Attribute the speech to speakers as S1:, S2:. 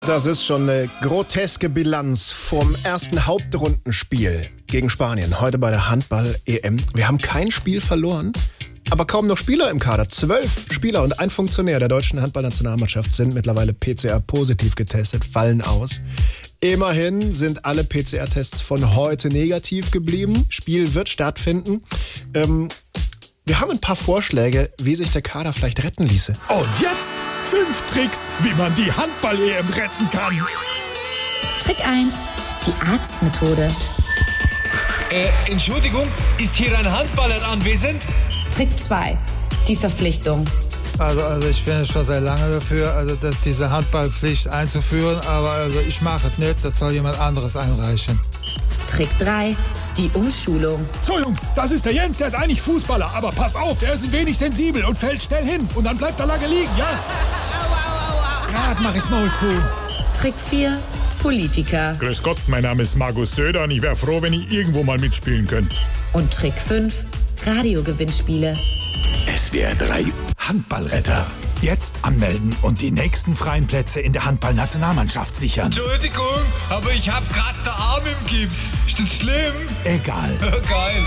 S1: Das ist schon eine groteske Bilanz vom ersten Hauptrundenspiel gegen Spanien. Heute bei der Handball-EM. Wir haben kein Spiel verloren, aber kaum noch Spieler im Kader. Zwölf Spieler und ein Funktionär der deutschen Handballnationalmannschaft sind mittlerweile PCR-positiv getestet, fallen aus. Immerhin sind alle PCR-Tests von heute negativ geblieben. Spiel wird stattfinden. Ähm, wir haben ein paar Vorschläge, wie sich der Kader vielleicht retten ließe.
S2: Und jetzt fünf Tricks, wie man die Handball-EM retten kann.
S3: Trick 1. Die Arztmethode.
S4: Äh, Entschuldigung, ist hier ein Handballer anwesend?
S5: Trick 2. Die Verpflichtung.
S6: Also, also ich bin schon sehr lange dafür, also dass diese Handballpflicht einzuführen, aber also ich mache es nicht, das soll jemand anderes einreichen.
S3: Trick 3. Die Umschulung.
S2: So Jungs, das ist der Jens, der ist eigentlich Fußballer, aber pass auf, der ist ein wenig sensibel und fällt schnell hin und dann bleibt er lange liegen, ja? Grad mach ich's Maul zu.
S5: Trick 4. Politiker.
S2: Grüß Gott, mein Name ist Markus Söder und ich wäre froh, wenn ich irgendwo mal mitspielen könnte.
S5: Und Trick 5. Radiogewinnspiele.
S7: SWR 3
S2: Handballretter. Jetzt anmelden und die nächsten freien Plätze in der Handballnationalmannschaft sichern.
S4: Entschuldigung, aber ich hab grad den Arm im Gips. Ist das schlimm?
S2: Egal.
S4: Geil.